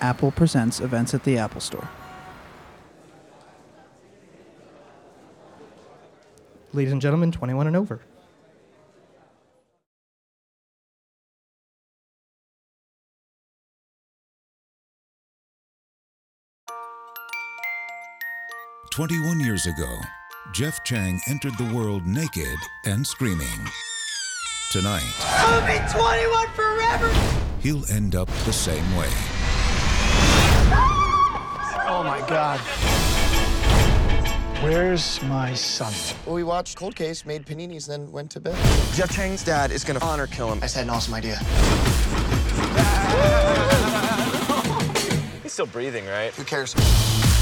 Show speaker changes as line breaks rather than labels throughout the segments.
Apple presents events at the Apple Store.
Ladies and gentlemen, 21 and over.
Twenty-one years ago, Jeff Chang entered the world naked and screaming. Tonight,
I'll be 21 forever.
he'll end up the same way.
Oh my God. Where's my son?
We watched Cold Case, made paninis, then went to bed.
Jeff Chang's dad is gonna honor kill him.
I just had an awesome idea.
He's still breathing, right?
Who cares?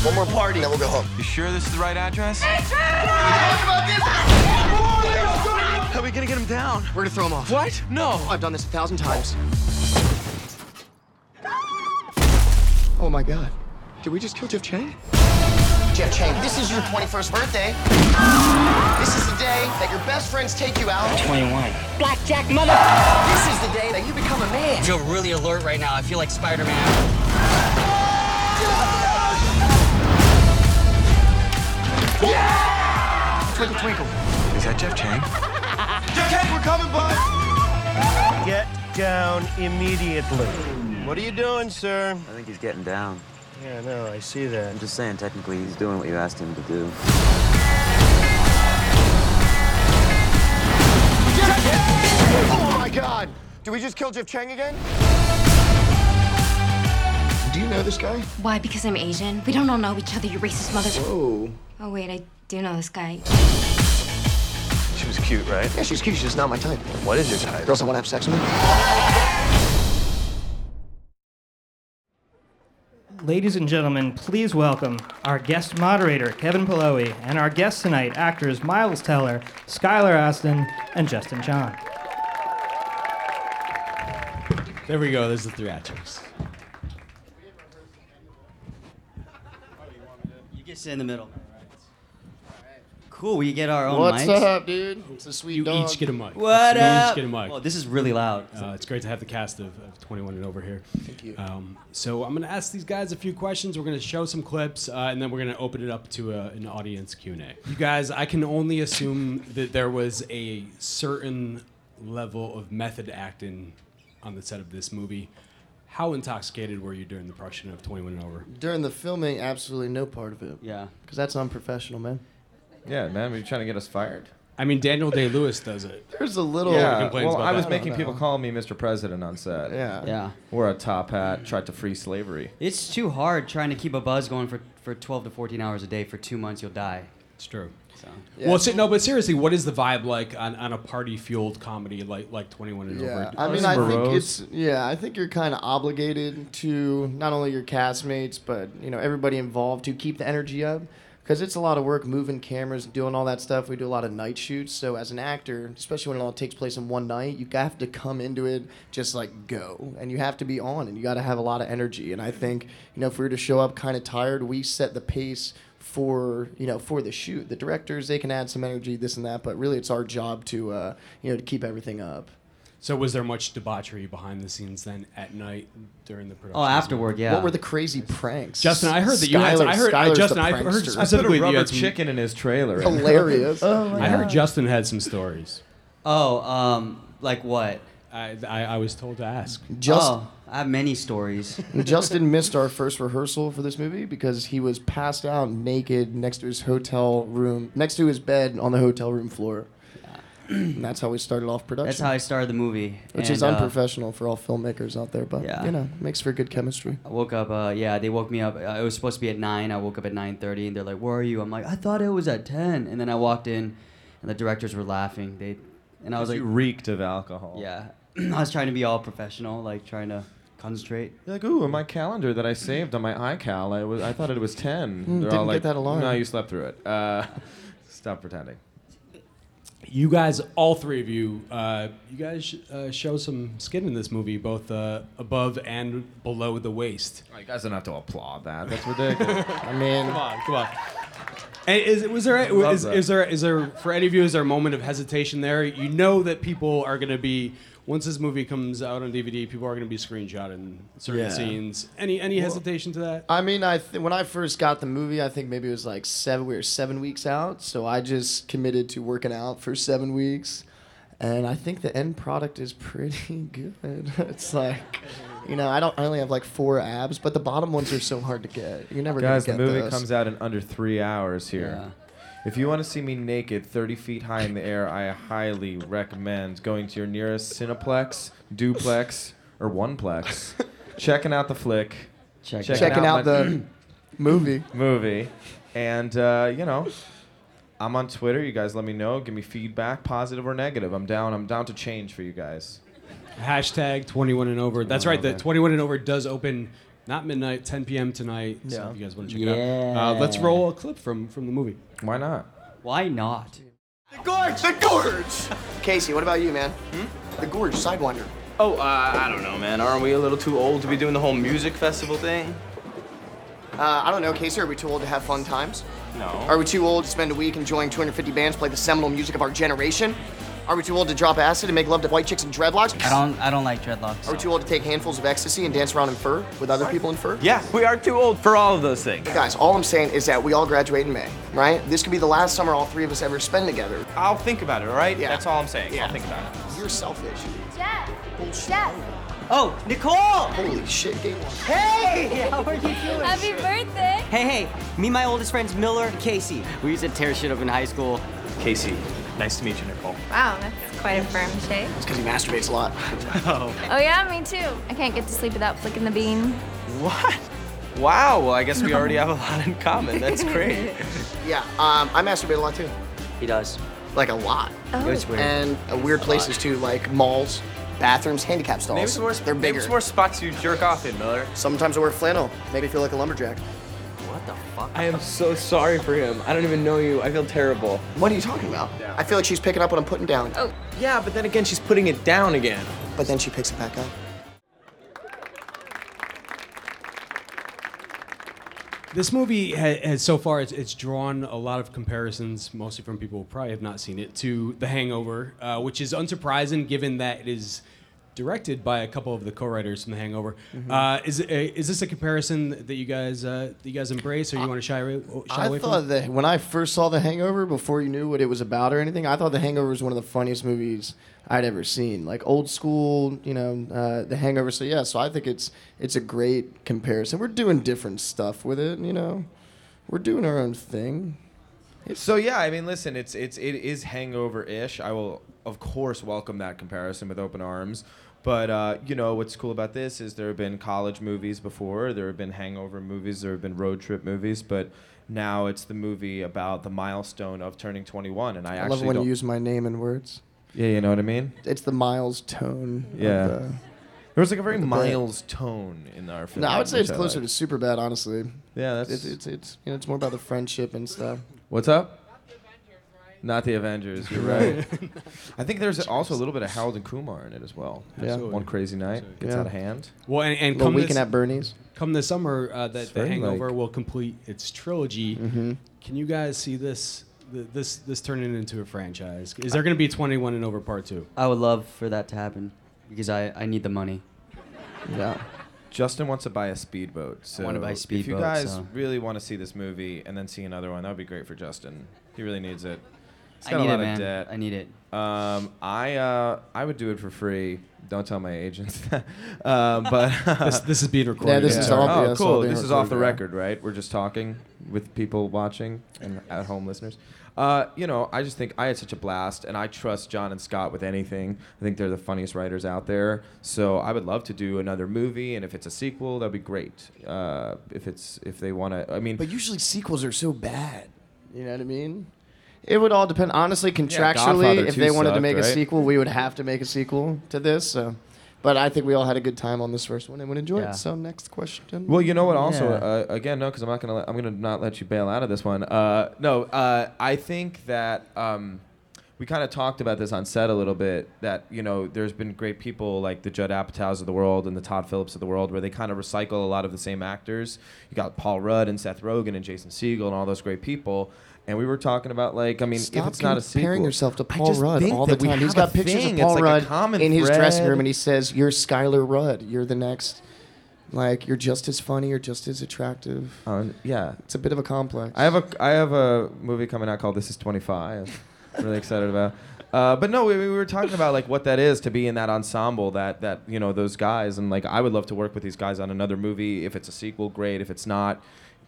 One more party, then we'll go home.
You sure this is the right address? How are we gonna get him down?
We're gonna throw him off.
What? No.
I've done this a thousand times. Oh my God. Did we just kill Jeff Chang? Jeff Chang, this is your 21st birthday. This is the day that your best friends take you out. 21.
Blackjack mother.
This is the day that you become a man.
I feel really alert right now. I feel like Spider-Man.
Twinkle, twinkle.
Is that Jeff Chang?
Jeff Chang, we're coming, bud!
Get down immediately.
What are you doing, sir?
I think he's getting down.
Yeah, no, I see that.
I'm just saying, technically, he's doing what you asked him to do.
Oh my God. Did we just kill Jeff Chang again? Do you know this guy?
Why? Because I'm Asian? We don't all know each other, you racist mother.
Oh.
Oh, wait, I do know this guy.
She was cute, right?
Yeah, she's cute. She's just not my type.
What is your type?
Girls that want to have sex with me.
Ladies and gentlemen, please welcome our guest moderator, Kevin Pallowy, and our guests tonight, actors Miles Teller, Skylar Aston, and Justin John.
There we go. There's the three actors.
You get sit in the middle. Cool. We get our own
What's
mics.
up, dude? It's a sweet
You
dog.
each get a mic.
What
you
up?
each get a mic.
Oh, this is really loud.
Uh, it's great to have the cast of, of 21 and over here. Thank you. Um, so I'm going to ask these guys a few questions. We're going to show some clips, uh, and then we're going to open it up to a, an audience Q and A. You guys, I can only assume that there was a certain level of method acting on the set of this movie. How intoxicated were you during the production of 21 and over?
During the filming, absolutely no part of it.
yeah.
Because that's unprofessional, man.
Yeah, man, were you trying to get us fired?
I mean, Daniel Day Lewis does it.
There's a little.
yeah,
complains
well,
about
I
that.
was
I
don't
making
know.
people call me Mr. President on set.
Yeah.
Yeah.
Wore a top hat, tried to free slavery.
It's too hard trying to keep a buzz going for, for 12 to 14 hours a day. For two months, you'll die.
It's true.
So.
Well, se- no, but seriously, what is the vibe like on, on a party fueled comedy like like 21 and
Yeah,
over?
I mean,
Us
I think
bros.
it's yeah. I think you're kind of obligated to not only your castmates, but you know everybody involved to keep the energy up, because it's a lot of work moving cameras, doing all that stuff. We do a lot of night shoots, so as an actor, especially when it all takes place in one night, you have to come into it just like go, and you have to be on, and you got to have a lot of energy. And I think you know if we were to show up kind of tired, we set the pace for you know for the shoot. The directors they can add some energy, this and that, but really it's our job to uh, you know to keep everything up.
So was there much debauchery behind the scenes then at night during the production?
Oh, afterward, yeah.
What were the crazy pranks?
Justin, I heard that you had.
Skylar-
I heard I,
Skylar's
Justin.
the
I Oh. heard
prankster. Oh,
specifically that you
Rubber
had some,
chicken in his trailer.
hilarious.
I heard Justin had some stories.
Oh, um, like what?
I, I, I was told to ask.
Just,
oh, I have many stories.
Justin missed our first rehearsal for this movie because he was passed out naked next to his hotel room, next to his bed on the hotel room floor. And that's how we started off production.
That's how I started the movie.
which is
And, uh,
unprofessional for all filmmakers out there, but
Yeah.
you know, makes for good chemistry.
I woke up. Uh, yeah, they woke me up. Uh, It was supposed to be at nine. I woke up at nine thirty, and they're like, "Where are you?" I'm like, "I thought it was at 10. And then I walked in, and the directors were laughing. They, and I was like,
you reeked of alcohol.
"Yeah." I was trying to be all professional, like trying to concentrate.
You're like, ooh, in my calendar that I saved on my iCal, I was I thought it was ten. They're
Hmm, didn't
all
get
like,
that alarm.
No, you slept through it. Uh, stop pretending.
You guys, all three of you, uh, you guys uh, show some skin in this movie, both uh, above and below the waist.
Oh, you guys don't have to applaud that. That's ridiculous.
I mean,
Come on, come on. And is, was there
love
is,
that.
is there is there for any of you is there a moment of hesitation there? You know that people are going to be once this movie comes out on DVD, people are going to be screenshotting certain
Yeah.
scenes. Any any
Well-
hesitation to that?
I mean, I th- when I first got the movie, I think maybe it was like seven. We were seven weeks out, so I just committed to working out for seven weeks, and I think the end product is pretty good. it's like, you know, I don't. I only have like four abs, but the bottom ones are so hard to get. You're never
Guys, the
gonna get
movie
those.
comes out in under three hours here.
Yeah.
If you want to see me naked 30 feet high in the air, I highly recommend going to your nearest Cineplex, Duplex, or Oneplex, checking out the flick,
it out. Checking out the movie.
movie, and uh, you know, I'm on Twitter. You guys, let me know. Give me feedback, positive or negative. I'm down. I'm down to change for you guys. Oh,
Hashtag 21 and over. That's right. The
over.
21 and over does open not midnight, 10 p.m. tonight. So
Yeah.
if you guys want to check it out, uh, let's
Yeah.
roll a clip from from the movie.
Why not?
Why not?
The gorge. The gorge. Casey, what about you, man? Hmm? The gorge, Sidewinder.
Oh, uh, I don't know, man. Aren't we a little too old to be doing the whole music festival thing?
Uh, I don't know, Casey. Are we too old to have fun times?
No.
Are we too old to spend a week enjoying 250 bands play the seminal music of our generation? Are we too old to drop acid and make love to white chicks and dreadlocks?
I don't. I don't like dreadlocks.
Are we too old to take handfuls of ecstasy and dance around in fur with other people in fur?
Yeah, we are too old for all of those things.
Guys, all I'm saying is that we all graduate in May, right? This could be the last summer all three of us ever spend together.
I'll think about it, all right?
Yeah.
That's all I'm saying. I'll think about it.
You're selfish.
Jeff.
Oh, Nicole! Holy shit, Game One.
Hey, how are you doing? Happy birthday.
Hey, hey, meet my oldest friends Miller and Casey. We used to tear shit up in high school.
Casey, nice to meet you, Nicole.
Wow, that's quite a firm shake.
It's because he masturbates a lot.
Oh.
Oh yeah, me too. I can't get to sleep without flicking the bean.
What? Wow, well, I guess we already have a lot in common. That's great.
Yeah, um, I masturbate a lot too.
He does.
Like a lot.
Oh. It's weird.
And uh, weird
A
places too, like malls, bathrooms, handicap stalls.
Maybe some more,
They're
maybe
bigger.
some more spots you jerk off in, Miller.
Sometimes I wear flannel. Make me feel like a lumberjack.
What the fuck?
I am so sorry for him. I don't even know you. I feel terrible.
What are you talking about? I feel like she's picking up what I'm putting down.
Oh.
Yeah, but then again, she's putting it down again.
But then she picks it back up.
This movie ha- has so far it's, it's drawn a lot of comparisons, mostly from people who probably have not seen it, to The Hangover, uh, which is unsurprising given that it is directed by a couple of the co-writers from The Hangover.
Mm-hmm.
Uh, is it- uh, is this a comparison that you guys uh, that you guys embrace, or you want to shy, away- shy
I
away
thought
from?
that when I first saw The Hangover, before you knew what it was about or anything, I thought The Hangover was one of the funniest movies I'd ever seen. Like old school, you know, uh, The Hangover. So yeah, so I think it's it's a great comparison. We're doing different stuff with it, you know. We're doing our own thing.
So yeah, I mean, listen, it's it's it is hangover-ish. I will, of course, welcome that comparison with open arms. But uh, you know what's cool about this is there have been college movies before, there have been hangover movies, there have been road trip movies, but now it's the movie about the milestone of turning 21. And I,
I,
actually
love when
don't-
you use my name in words.
yeah, you know what I mean.
It's the Miles tone. of
Yeah.
the-
There was like a very
of the bit.
Miles tone in our film.
No, I would say
which
it's closer
liked.
to Superbad, honestly.
Yeah, that's-
it's it's, it's you know it's more about the friendship and stuff.
What's up? Not the Avengers. You're right. I think there's also a little bit of Harold and Kumar in it as well.
Yeah. Absolutely.
One crazy night gets
Yeah.
out of hand.
Well, and, and
Little
come
weekend
this,
at Bernie's.
Come this summer, uh,
It's
that The
very,
Hangover
like-
will complete its trilogy.
Mhm.
Can you guys see this? th- This this turning into a franchise. Is there going to be 21 and over part two?
I would love for that to happen because I, I need the money.
Yeah.
Justin wants to buy a speedboat. So
wanna buy a
if you
speedboat,
guys
so-
really want to see this movie and then see another one, that would be great for Justin. He really needs it. He's
I
got
need
a
it,
lot
man.
of debt.
I need it.
Um, I uh, I would do it for free. Don't tell my agents. um, but
This- this is being recorded.
Yeah, this is all- yeah,
Oh,
it's all
cool.
being
This is off
recorded,
the
yeah.
record, right? We're just talking with people watching and at home listeners. Uh, you know, I just think I had such a blast, and I trust John and Scott with anything. I think they're the funniest writers out there. So I would love to do another movie, and if it's a sequel, that'd be great. Uh, if it's if they want to, I mean,
But usually sequels are so bad. You know what I mean? It would all depend. Honestly, contractually,
Godfather
if
2
they wanted to
sucked,
make a
right?
sequel, we would have to make a sequel to this. So, but I think we all had a good time on this first one and would enjoy
Yeah.
it. So next question.
Well, you know what? Also, uh, again, no, because I'm not gonna. Let, I'm gonna not let you bail out of this one. Uh, no, uh, I think that um, we kind of talked about this on set a little bit. That you know, there's been great people like the Judd Apatows of the world and the Todd Phillips of the world, where they kind of recycle a lot of the same actors. You got Paul Rudd and Seth Rogen and Jason Segel and all those great people. And we were talking about like I mean if
Stop
it's not a sequel,
comparing yourself to
I
Paul
just
Rudd
think
all the
that we
time. He's
have a
got pictures
thing.
of
It's
Paul
like a
Rudd
common
in his dressing
thread.
room, and he says, "You're Skylar Rudd. You're the next. Like you're just as funny. You're just as attractive."
Uh, yeah,
it's a bit of a complex.
I have a I have a movie coming out called This Is 25. I'm really excited about. Uh, but no, we, we were talking about like what that is to be in that ensemble, that that you know those guys, and like I would love to work with these guys on another movie. If it's a sequel, great. If it's not, a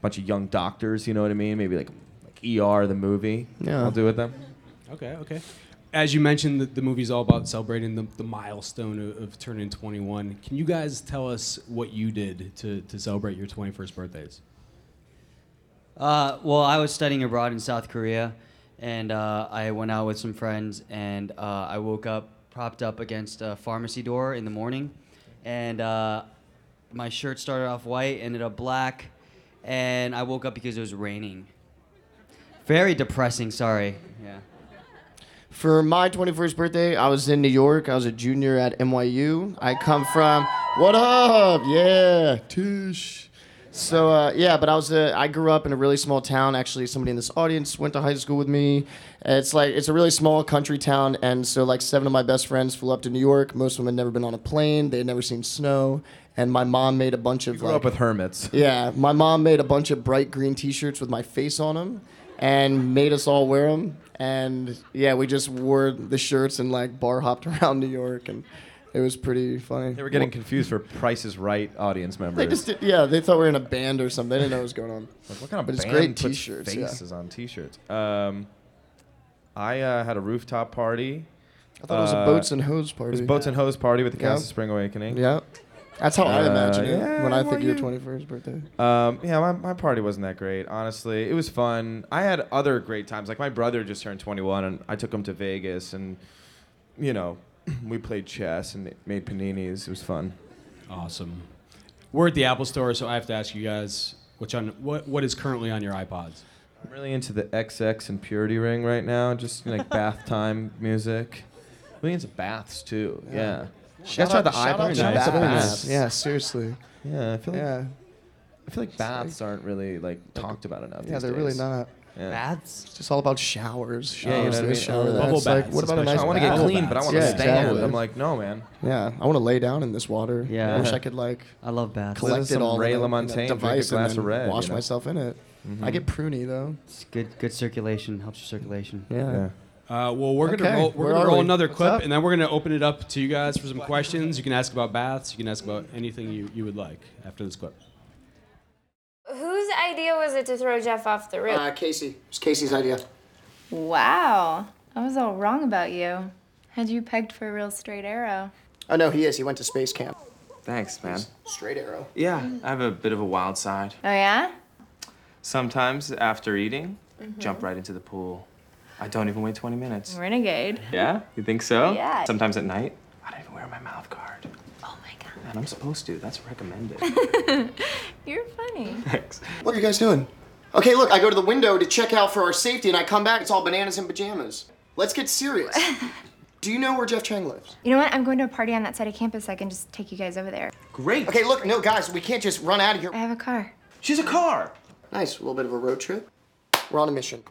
bunch of young doctors, you know what I mean? Maybe like like ER the movie.
Yeah.
I'll do with them.
Okay, okay. As you mentioned, the, the movie's all about celebrating the, the milestone of, of turning 21. Can you guys tell us what you did to, to celebrate your 21st birthdays?
Uh, well, I was studying abroad in South Korea, and uh, I went out with some friends, and uh, I woke up propped up against a pharmacy door in the morning, and uh, my shirt started off white, ended up black, and I woke up because it was raining. Very depressing. Sorry. Yeah.
For my 21st birthday, I was in New York. I was a junior at NYU. I come from what up? Yeah, Tish. So uh, yeah, but I was a, I grew up in a really small town. Actually, somebody in this audience went to high school with me. It's like it's a really small country town, and so like seven of my best friends flew up to New York. Most of them had never been on a plane. They had never seen snow. And my mom made a bunch of
Grew
like
up with hermits.
yeah, my mom made a bunch of bright green T-shirts with my face on them, and made us all wear them. And yeah, we just wore the shirts and like bar hopped around New York, and it was pretty funny.
They were getting confused for Price is Right audience members.
They just did, yeah, they thought we were in a band or something. They didn't know what was going on.
Like, what kind of
but it's
band
great
puts
T-shirts. yeah.
Faces on T-shirts. Um, I uh, had a rooftop party.
I thought it was a
Uh,
boats and
It was
hose party.
a boats and hose party with the cast of
Yeah.
Spring Awakening.
Yeah. That's how I
Uh,
imagine it
yeah,
when I
well,
think of your
you-
21st birthday.
Um, yeah, my, my party wasn't that great, honestly. It was fun. I had other great times. Like my brother just turned 21, and I took him to Vegas, and you know, we played chess and made paninis. It was fun.
Awesome. We're at the Apple Store, so I have to ask you guys which on what what is currently on your iPods.
I'm really into the XX and Purity Ring right now. Just like bath time music. Really into baths too. Yeah. You guys
Shout
try
out-
the
shout
iPod?
out to
Shout out to
baths.
baths.
Yeah, seriously.
Yeah, I feel like
Yeah.
I feel like baths aren't really like talked about enough.
Yeah,
these
they're really
days.
not.
Yeah.
Baths? It's just all about showers. Showers,
Yeah, you know what I
this,
mean?
shower that.
Bubble
It's like,
baths,
what about a
especially.
nice
I wanna get
bath?
clean, but I wanna
Yeah,
stand.
exactly.
I'm like, no, man.
Yeah, I want to lay down in this water.
Yeah.
I wish I could, like,
I love baths.
collect it all
Ray
in a- in a
LaMontagne, drink a
device and
glass
then
of red,
wash
you know? Mm-hmm.
myself in it. I
Mhm.
get pruny, though.
It's good. Good circulation. Helps your circulation.
Yeah.
Uh, well, we're
Okay,
gonna roll, we're
where
gonna
are
roll
we?
another
What's
clip,
up?
and then we're gonna open it up to you guys for some questions. You can ask about baths. You can ask about anything you, you would like after this clip.
Whose idea was it to throw Jeff off the roof?
Uh, Casey. It's Casey's idea.
Wow. I was all wrong about you. Had you pegged for a real straight arrow?
Oh, no, he is. He went to space camp.
Thanks, man.
Straight arrow.
Yeah, I have a bit of a wild side.
Oh, yeah?
Sometimes after eating,
Mhm.
jump right into the pool. I don't even wait 20 minutes.
Renegade.
Yeah? You think so?
Yeah.
Sometimes at night, I don't even wear my mouth guard. Oh my god. And I'm supposed to. That's recommended.
You're funny.
Thanks.
What are you guys doing? Okay, look, I go to the window to check out for our safety, and I come back. It's all bananas and pajamas. Let's get serious. Do you know where Jeff Chang lives?
You know what? I'm going to a party on that side of campus. I can just take you guys over there.
Great. Okay, look, no, guys, we can't just run out of here. I
have a car.
She's a car. Nice, a little bit of a road trip. We're on a mission.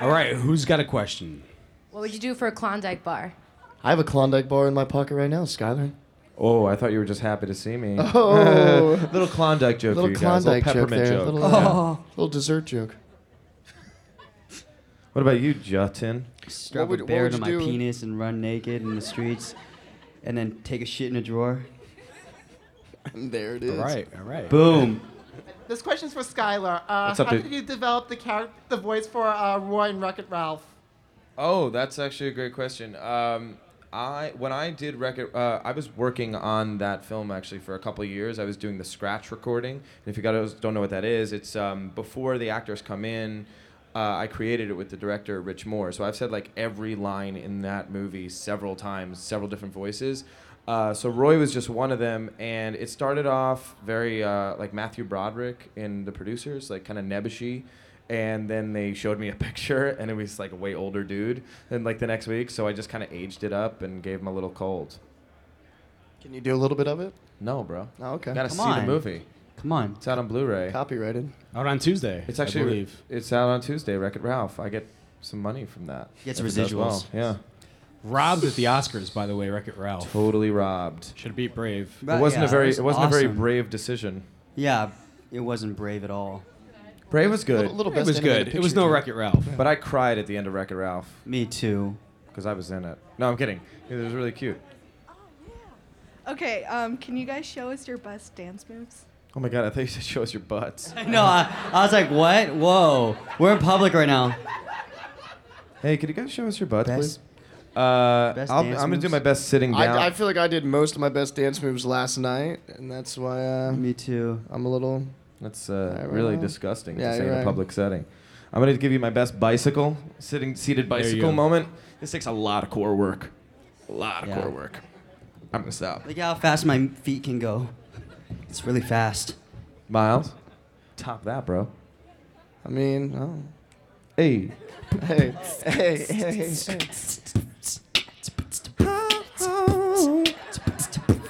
All right, who's got a question?
What would you do for a Klondike bar?
I have a Klondike bar in my pocket right now, Skylar.
Oh, I thought you were just happy to see me.
Oh.
little Klondike joke for
little
you guys.
Klondike
little
joke
peppermint
there.
joke.
Little, uh,
Yeah.
little dessert joke.
What about you, Jutin?
Strap
would-
a
what
bear
would
to
you
my
do?
penis and run naked in the streets, and then take a shit in a drawer.
There it
is. All right, all right.
Boom.
This question's for Skylar. Uh,
What's up,
how
dude?
did you develop the character, the voice for uh, Roy and Wreck-It Ralph?
Oh, that's actually a great question. Um, I when I did record, uh, I was working on that film actually for a couple of years. I was doing the scratch recording, and if you guys don't know what that is, it's um, before the actors come in. Uh, I created it with the director Rich Moore, so I've said like every line in that movie several times, several different voices. Uh, so Roy was just one of them, and it started off very uh, like Matthew Broderick in the producers, like kind of nebbishy and then they showed me a picture and it was like a way older dude and like the next week so i just kind of aged it up and gave him a little cold
Can you do a little bit of it?
no bro
Oh, okay.
gotta
Come
see
on.
the movie
Come on.
It's out on Blu-ray.
Copyrighted.
Out on Tuesday.
It's
I
actually
believe.
it's out on Tuesday. Wreck It Ralph. I get some money from that.
Gets
If it does
residuals.
well. Yeah.
Robbed at the Oscars, by the way, Wreck It Ralph.
Totally robbed.
Should be brave.
it wasn't a very
was
it wasn't a very
awesome.
brave decision.
Yeah, it wasn't brave at all.
Brave was good.
Little- little It best was animated good. It was picture, no yeah. Wreck-It Ralph.
But I cried at the end of Wreck It Ralph.
Me too.
Because I was in it. No, I'm kidding. It was really cute.
Okay, um, can you guys show us your best dance moves?
Oh my god, I thought you said show us your butts.
No, I, I was like, what? Whoa, we're in public right now.
Hey, could you guys show us your butts, please? Uh,
best
I'll, I'm
dance
gonna do
moves?
my best sitting down.
I, I feel like I did most of my best dance moves last night, and that's why. Uh,
Me too.
I'm a little.
That's uh,
right
really
now.
disgusting
Yeah,
to say
you're
in a
right.
public setting. I'm gonna give you my best bicycle sitting seated
There you
bicycle
go.
moment. This takes a lot of core work, a lot of
Yeah.
core work. I'm gonna stop.
Look how fast my feet can go. It's really fast.
Miles, top that, bro.
I mean, oh.
hey,
hey, hey, hey, hey.
Come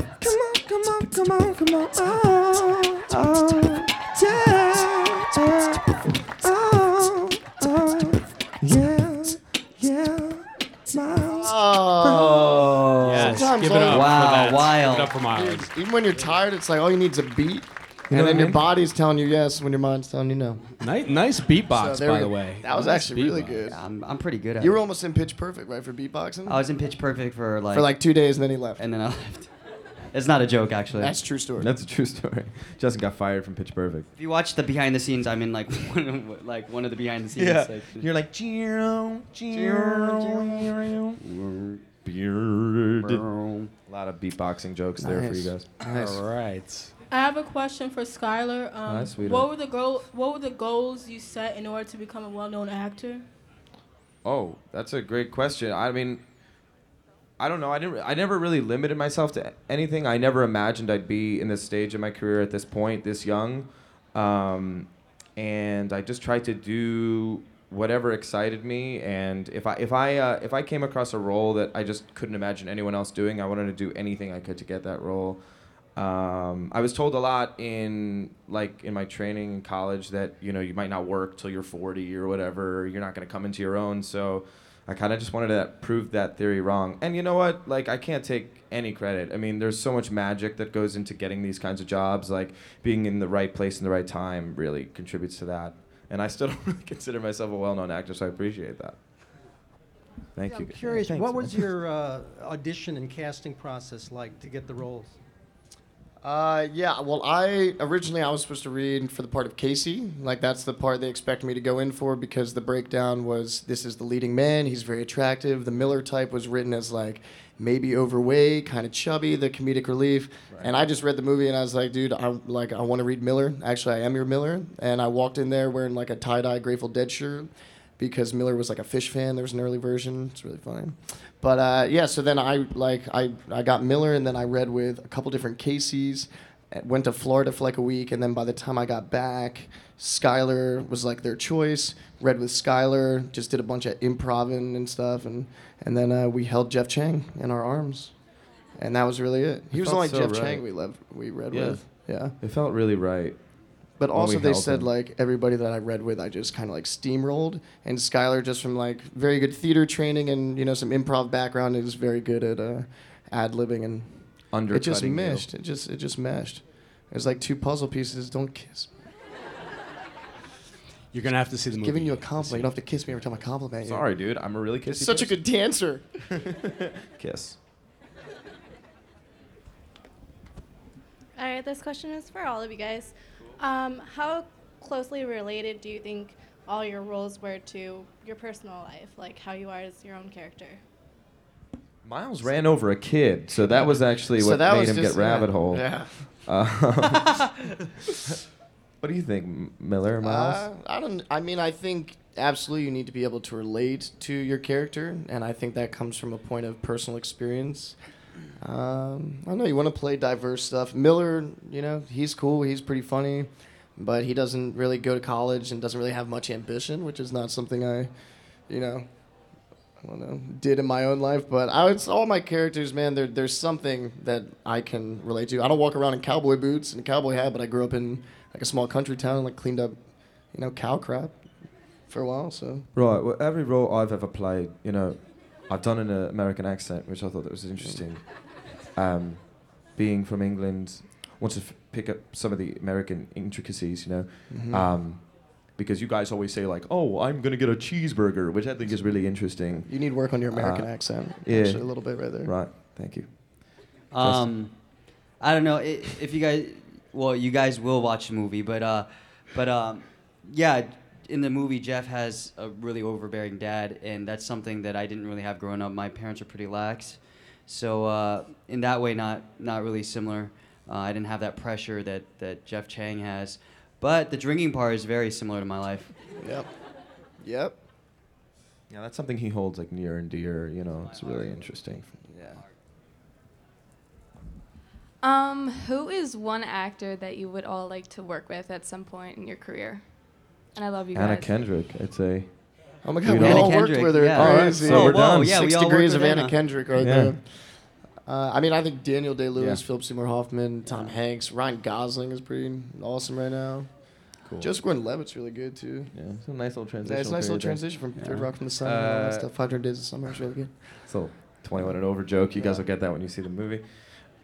on, come on, come on, come on. Oh, oh, yeah. ah, Oh, oh, yeah, yeah. Miles.
Oh,
Yes, give it up for that. Give it up for Miles.
Even, even when you're tired, it's like all you need is a beat,
know
and
what I
then your
mean?
body's telling you yes when your mind's telling you no.
Nice, nice beatbox,
So there
by
we
the
go.
way.
That was
Nice
actually really
beatbox.
good.
I'm, I'm pretty good at
You were
it.
almost in Pitch Perfect, right, for beatboxing?
Oh,
I was in Pitch Perfect for like
for like two days, and then he left.
and then I left. It's not a joke, actually.
That's true story.
That's a true story. Justin got fired from Pitch Perfect.
If you watch the behind the scenes, I'm in like one of, like one of the behind the scenes.
Yeah.
sections.
You're like, Jiro, Jiro, Jiro. A lot of beatboxing jokes there for
Nice.
you guys.
Nice. All right.
I have a question for Skylar. Um,
Hi, sweetheart.
what were the goal? What were the goals you set in order to become a well-known actor?
Oh, that's a great question. I mean, I don't know. I didn't. I never really limited myself to anything. I never imagined I'd be in this stage of my career at this point, this young, um, and I just tried to do whatever excited me. And if I if I uh, if I came across a role that I just couldn't imagine anyone else doing, I wanted to do anything I could to get that role. Um, I was told a lot in like in my training in college that you know you might not work till you're 40 or whatever. You're not going to come into your own. So I kind of just wanted to prove that theory wrong. And you know what? Like I can't take any credit. I mean, there's so much magic that goes into getting these kinds of jobs. Like being in the right place in the right time really contributes to that. And I still don't really consider myself a well-known actor, so I appreciate that. Thank
I'm
you.
curious,
Thanks,
what
man.
was your uh, audition and casting process like to get the roles?
Uh, yeah. Well, I originally I was supposed to read for the part of Casey. Like that's the part they expect me to go in for because the breakdown was this is the leading man. He's very attractive. The Miller type was written as like maybe overweight, kind of chubby, the comedic relief. And I just read the movie and I was like, dude, I'm like I want to read Miller. Actually, I am your Miller. And I walked in there wearing like a tie dye Grateful Dead shirt because Miller was like a fish fan. There was an early version. It's really funny. But uh, yeah, so then I like I, I got Miller and then I read with a couple different Casey's. uh, Went to Florida for like a week, and then by the time I got back, Skylar was like their choice. Read with Skylar, just did a bunch of improving and stuff, and and then uh, we held Jeff Chang in our arms, and that was really it. He
It
was the
felt
only
so
Jeff
right.
Chang we loved, we read
Yeah.
with. Yeah.
It felt really right.
But
when we
also, they
held
said
him.
like everybody that I read with, I just kind of like steamrolled. And Skylar, just from like very good theater training and you know some improv background, is very good at uh, ad libbing and It just
Undercutting you.
meshed. It just it just meshed. It was like two puzzle pieces. Don't kiss.
You're gonna have to see the movie.
Giving you a compliment. You don't have to kiss me every time I compliment you.
Sorry, dude. I'm a really kissy.
Such a
person.
good dancer.
kiss.
All right, this question is for all of you guys. Um, how closely related do you think all your roles were to your personal life, like how you are as your own character?
Miles ran over a kid, so that was actually
So
what
that
made
was
him
just-
get rabbit
yeah,
hole.
yeah.
Uh, what do you think, M- Miller Miles?
Uh, I don't. I mean, I think absolutely you need to be able to relate to your character, and I think that comes from a point of personal experience. Um, I don't know. You want to play diverse stuff. Miller, you know, he's cool. He's pretty funny, but he doesn't really go to college and doesn't really have much ambition, which is not something I, you know, I don't know, did in my own life, but I it's all my characters, man. There, there's something that I can relate to. I don't walk around in cowboy boots and a cowboy hat, but I grew up in like a small country town and like cleaned up, you know, cow crap for a while. So
Right. Well, every role I've ever played, you know, I've done an uh, American accent, which I thought that was interesting. Um, being from England, want to f- pick up some of the American intricacies, you know.
Mhm.
Um, because you guys always say like, "Oh, I'm gonna get a cheeseburger," which I think is really interesting.
you need work on your American
Uh,
accent,
yeah.
actually, a little bit right there.
Right. Thank you.
Um, I don't know i- if you guys. Well, you guys will watch the movie, but uh, but um, yeah, in the movie, Jeff has a really overbearing dad, and that's something that I didn't really have growing up. My parents are pretty lax, so uh, in that way, not not really similar. Uh, I didn't have that pressure that that Jeff Chang has, but the drinking part is very similar to my life.
Yep. Yep.
Yeah, that's something he holds like near and dear. You know, it's really interesting.
Yeah.
Um, who is one actor that you would all like to work with at some point in your career? And I love you
Anna
guys.
Kendrick, I'd say.
Oh my God, we all worked with her.
All right,
Crazy.
so we're done.
Six degrees of Anna Kendrick right
Yeah.
there. Uh, I mean, I think Daniel Day Lewis,
Yeah.
Philip Seymour Hoffman, Tom Hanks, Ryan Gosling is pretty awesome right now.
Cool.
Joseph Gordon-Levitt's really good too.
Yeah, it's a nice little
Yeah, it's a
transitional
nice little
period there.
transition from Third
Yeah.
Rock from the Sun and all that
Uh,
stuff. 500 Days of Summer is really good.
So, 21 and over joke. You guys will get that when you see the movie.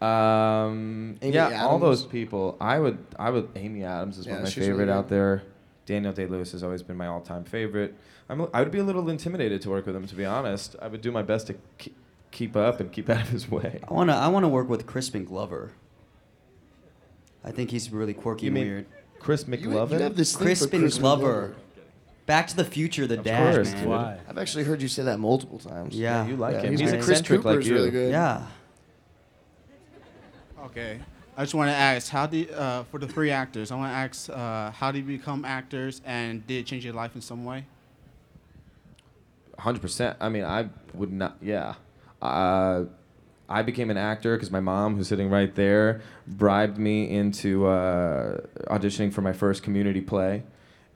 Um,
Amy
yeah, all
Adams.
those people. I would, I would. Amy Adams is
Yeah,
one of my
she's
favorite
really
out there. Daniel Day Lewis has always been my all-time favorite. I'm, I would be a little intimidated to work with him, to be honest. I would do my best to keep, keep up and keep out of his way.
I wanna I wanna work with Crispin Glover. I think he's really quirky
You
and
mean
weird.
Chris
You- McLovin? you have this thing for
Crispin
Crispin
Glover.
Glover.
Back to the Future, the dad.
course,
man.
dude. Why?
I've actually heard you say that multiple times.
Yeah. Yeah, you like him.
He's,
He's
like Chris
eccentric
Cooper
like
is
you.
really good.
Yeah.
Okay. I just want to ask, how do you, uh, for the three actors? I want to ask, uh, how did you become actors, and did it change your life in some way?
hundred percent. I mean, I would not. Yeah, uh, I became an actor because my mom, who's sitting right there, bribed me into uh, auditioning for my first community play,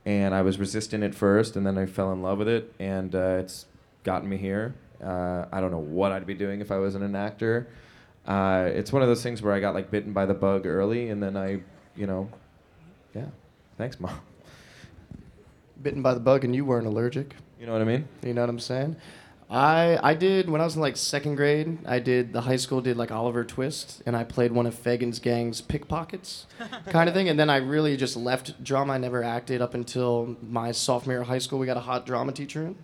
and I was resistant at first, and then I fell in love with it, and uh, it's gotten me here. Uh, I don't know what I'd be doing if I wasn't an actor. Uh, it's one of those things where I got like bitten by the bug early, and then I, you know, yeah. Thanks, mom.
bitten by the bug and you weren't allergic.
You know what I mean?
You know what I'm saying? I I did when I was in like second grade. I did the high school did like Oliver Twist, and I played one of Fagin's gang's pickpockets, kind of thing. And then I really just left drama. I never acted up until my sophomore year of high school. We got a hot drama teacher in,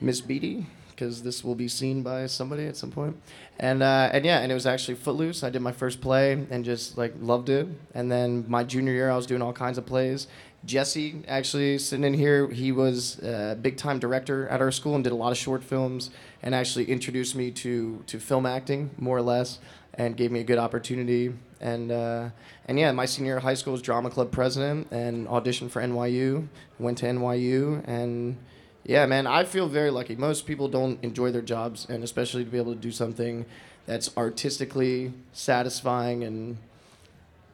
Miss Beatty, because this will be seen by somebody at some point. And uh, and yeah, and it was actually Footloose. I did my first play and just like loved it. And then my junior year, I was doing all kinds of plays. Jesse, actually sitting in here, he was a big time director at our school and did a lot of short films and actually introduced me to to film acting more or less and gave me a good opportunity. And uh, and yeah, my senior year of high school was drama club president and auditioned for NYU. Went to NYU and yeah, man, I feel very lucky. Most people don't enjoy their jobs, and especially to be able to do something that's artistically satisfying and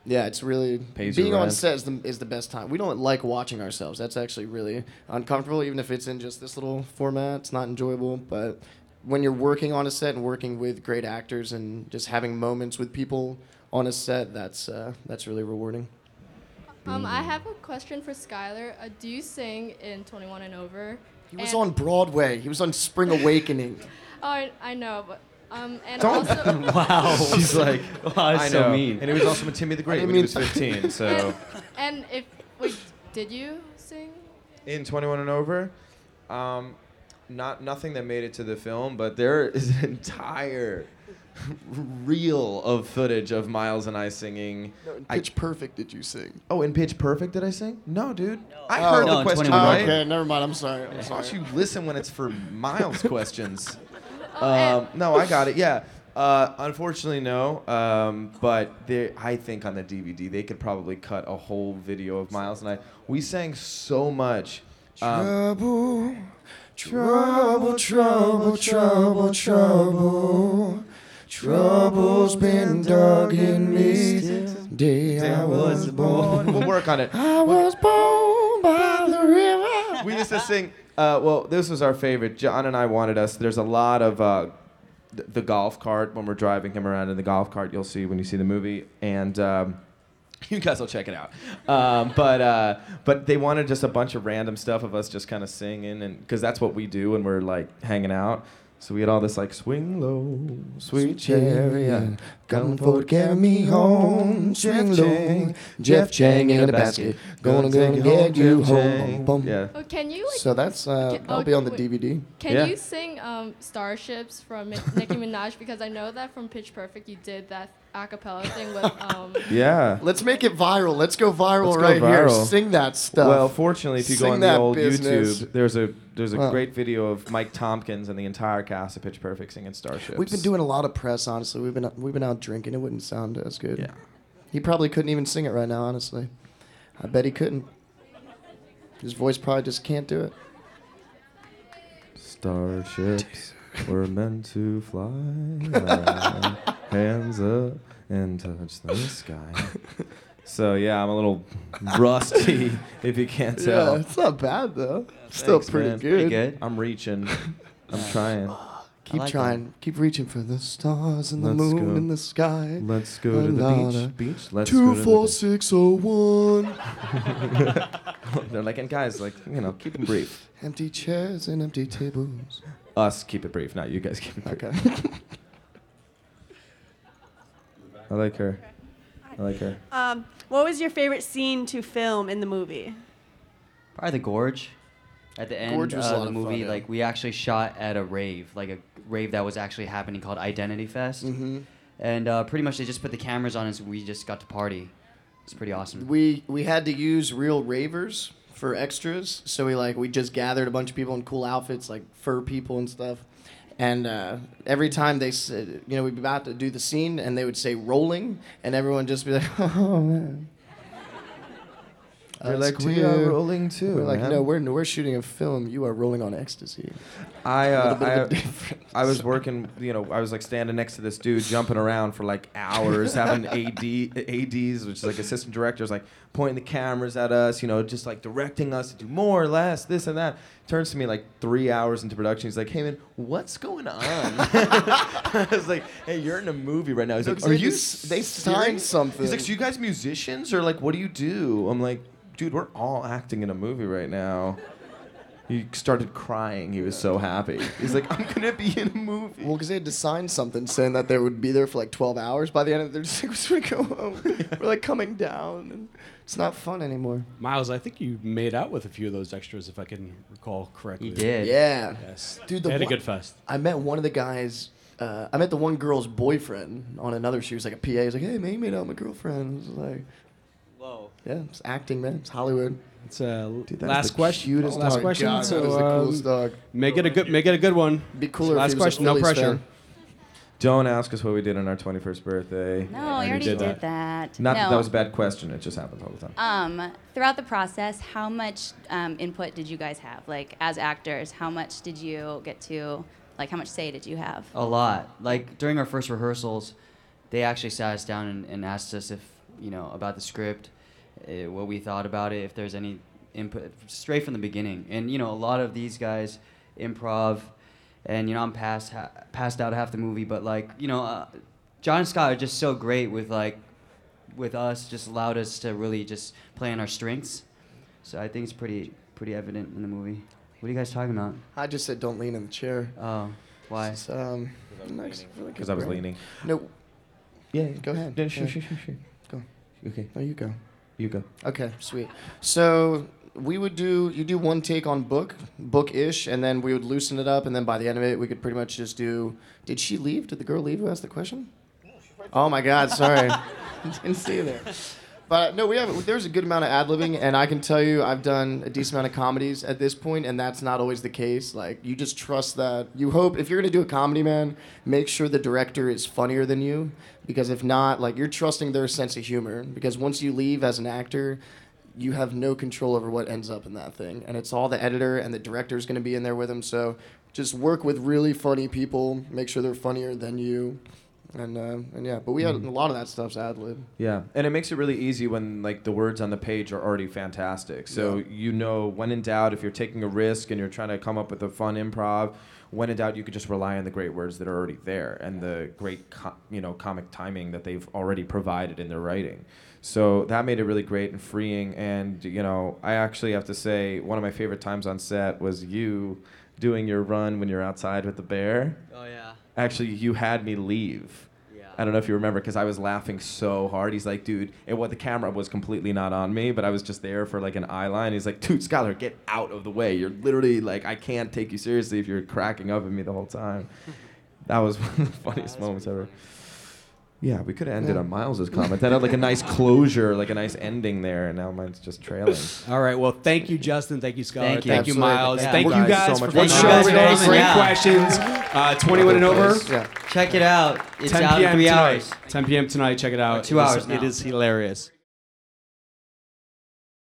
yeah, it's really
Pays your
being on
rent.
set is the, is the best time. We don't like watching ourselves. That's actually really uncomfortable, even if it's in just this little format. It's not enjoyable, but when you're working on a set and working with great actors and just having moments with people on a set, that's uh, that's really rewarding.
Um, I have a question for Skylar. Uh, do you sing in 21 and over?
He was
And-
on Broadway. He was on Spring Awakening.
Oh, I, I know, but um, and
Don't-
also.
She's like,
Wow, that's
I
so
know.
mean.
And it was also with Timmy the
I
Great
didn't
when he
mean-
was 15. So
And, and if wait, did you sing?
in 21 and over, um, not nothing that made it to the film, but there is an entire reel of footage of Miles and I singing. I-
Pitch Perfect, did you sing?
oh, in Pitch Perfect, did I sing? No, dude. I
Oh.
heard
No,
the
in
question
21 and
right.
Over. Okay, never mind. I'm sorry. I'm
I
sorry.
thought you listen when it's for Miles questions. Um, no, I got it. Yeah. Uh, unfortunately, no. Um, but there, I think on the DVD they could probably cut a whole video of Miles and I. We sang so much. Um,
Trouble, trouble, trouble, trouble, trouble. Trouble's been dug in me day I was born.
We'll work on it.
I was born by the river.
We just Processing. Uh, well, this was our favorite. John and I wanted us. There's a lot of uh, th- the golf cart when we're driving him around in the golf cart. You'll see when you see the movie, and um, you guys will check it out. Um, but uh, but they wanted just a bunch of random stuff of us just kind of singing, and because that's what we do when we're like hanging out. So we had all this like swing low, sweet chariot,
Come forward, carry me home, swing low. Jeff Chang in a basket, gonna go get you home. Boom.
Yeah.
Oh, can you, like-
so that's uh,
Can-
that'll
oh,
be on the
wait.
DVD.
Can you sing um, "Starships" from Mi- Nicki Minaj? Because I know that from Pitch Perfect you did that a cappella thing with. Um,
Yeah.
Let's make it viral. Let's go viral
Let's go
right here.
viral.
Sing that stuff.
Well, fortunately, if you
Sing
go on the
that
old
business.
YouTube, there's a there's a
Wow.
great video of Mike Tompkins and the entire cast of Pitch Perfect singing Starships.
We've been doing a lot of press, honestly. We've been we've been out drinking. It wouldn't sound as good. Yeah. He probably couldn't even sing it right now, honestly. I bet he couldn't. His voice probably just can't do it.
Starships were meant to fly. high, hands up and touch the sky. So yeah, I'm a little rusty if you can't tell.
Yeah, it's not bad though. Still
Thanks,
pretty
man.
good.
I'm reaching. I'm trying.
Keep trying. Keep reaching for the stars and the
Let's
moon
go.
and the sky.
Let's go to
And
the
on
beach,
a
beach. Let's go
two,
to the
four,
beach.
six, oh, one.
They're like, and guys, like, you know, keep it brief.
Empty chairs and empty tables.
Us keep it brief, not you guys keep it brief. Okay. I like her. I like her.
Um, what was your favorite scene to film in the movie?
Probably the gorge. At the end
Gorge was a
uh,
lot
the
of
movie,
fun, yeah.
like we actually shot at a rave, like a rave that was actually happening called Identity Fest. And uh, pretty much they just put the cameras on us. and we just got to party. It's pretty awesome.
we we had to use real ravers for extras so we like we just gathered a bunch of people in cool outfits like fur people and stuff and uh, every time they said you know we'd be about to do the scene and they would say rolling and everyone just be like oh man
They're
Us
like, "We are
too."
rolling too,
We're like,
man."
no, we're, we're shooting a film. You are rolling on ecstasy.
I,
A little
uh,
bit of a
I, I was working, you know, I was like standing next to this dude, jumping around for like hours, having AD, ADs, which is like assistant directors, like pointing the cameras at us, you know, just like directing us to do more or less, this and that. Turns to me like three hours into production. He's like, hey man, what's going on? I was like, hey, you're in a movie right now. He's like,
Looks
are
like
you,
they
s- they
signed
signed something.
something.
He's like, so you guys musicians or like, what do you do? I'm like, dude, we're all acting in a movie right now. He started crying. He was so happy. He's like, I'm gonna be in a movie.
Well, because they had to sign something saying that they would be there for like 12 hours. By the end of it, they're just like, we're just gonna go home. we're like coming down, and it's not fun anymore.
Miles, I think you made out with a few of those extras, if I can recall correctly. You
Yeah.
Yes.
Dude, the
they had a
one-
good fest.
I met one of the guys. Uh, I met the one girl's boyfriend on another. She was like a PA. He's like, hey, man, you made out with my girlfriend. I was like,
whoa.
Yeah, it's acting, man. It's Hollywood.
It's uh,
Dude, that is
Last
the
question.
cutest
Last
dog.
question.
God,
so,
that is the coolest
um,
dog.
Make it a good. Make it a good one.
Be cooler if
Last
he was a
question. No
Phillies
pressure.
fan.
Don't ask us what we did on our 21st birthday.
No, I already did
Not that
that. No.
that was a bad question. It just happens all the time.
Um, throughout the process, how much um, input did you guys have? Like, as actors, how much did you get to, like, how much say did you have?
A lot. Like during our first rehearsals, they actually sat us down and, and asked us if you know about the script, uh, what we thought about it, if there's any input straight from the beginning. And you know, a lot of these guys improv, and you know, I'm past ha- passed out half the movie, but like you know, uh, John and Scott are just so great with like with us, just allowed us to really just play on our strengths. So I think it's pretty pretty evident in the movie. What are you guys talking about?
I just said, don't lean in the chair.
Oh, why?
Because um, nice, really good
'Cause I was
brain.
leaning.
No.
Yeah,
Go ahead.
No, sure,
Yeah.
sure, sure, sure.
Go.
Okay.
No, you go.
You go.
Okay, sweet. So we would do you do one take on book, book ish, and then we would loosen it up, and then by the end of it, we could pretty much just do. Did she leave? Did the girl leave who asked the question? Oh my God! Sorry, didn't see you there. But no, we have. There's a good amount of ad libbing, and I can tell you, I've done a decent amount of comedies at this point, and that's not always the case. Like you just trust that. You hope if you're gonna do a comedy, man, make sure the director is funnier than you, because if not, like you're trusting their sense of humor. Because once you leave as an actor, you have no control over what ends up in that thing. And it's all the editor and the director is going to be in there with them. So just work with really funny people. Make sure they're funnier than you. And um, and yeah, but we had a lot of that stuff's ad lib.
Yeah, and it makes it really easy when like the words on the page are already fantastic. So you know, when in doubt, if you're taking a risk and you're trying to come up with a fun improv, when in doubt, you could just rely on the great words that are already there and the great, co- you know, comic timing that they've already provided in their writing. So that made it really great and freeing. And you know, I actually have to say one of my favorite times on set was you doing your run when you're outside with the bear.
Oh, yeah.
Actually, you had me leave. I don't know if you remember because I was laughing so hard. He's like, dude, and what the camera was completely not on me, but I was just there for like an eye line. He's like, dude, Skylar, get out of the way. You're literally like, I can't take you seriously if you're cracking up at me the whole time. That was one of the funniest moments ever. Yeah, we could have ended
Yeah.
on Miles's comment. That had like a nice closure, like a nice ending there, and now mine's just trailing.
All right. Well, thank you, Justin. Thank you, Skylar.
Thank
Thank
you.
you,
Absolutely.
Miles.
Thank
Thank,
you
you
guys
guys
so
for coming
much for
on
coming
today.
on.
Great
Yeah.
questions. Uh, 21 and over.
Check it out. It's out in
PM
three
tonight.
hours.
10 p.m. tonight. Check it out.
two
It is-
hours now.
It is hilarious.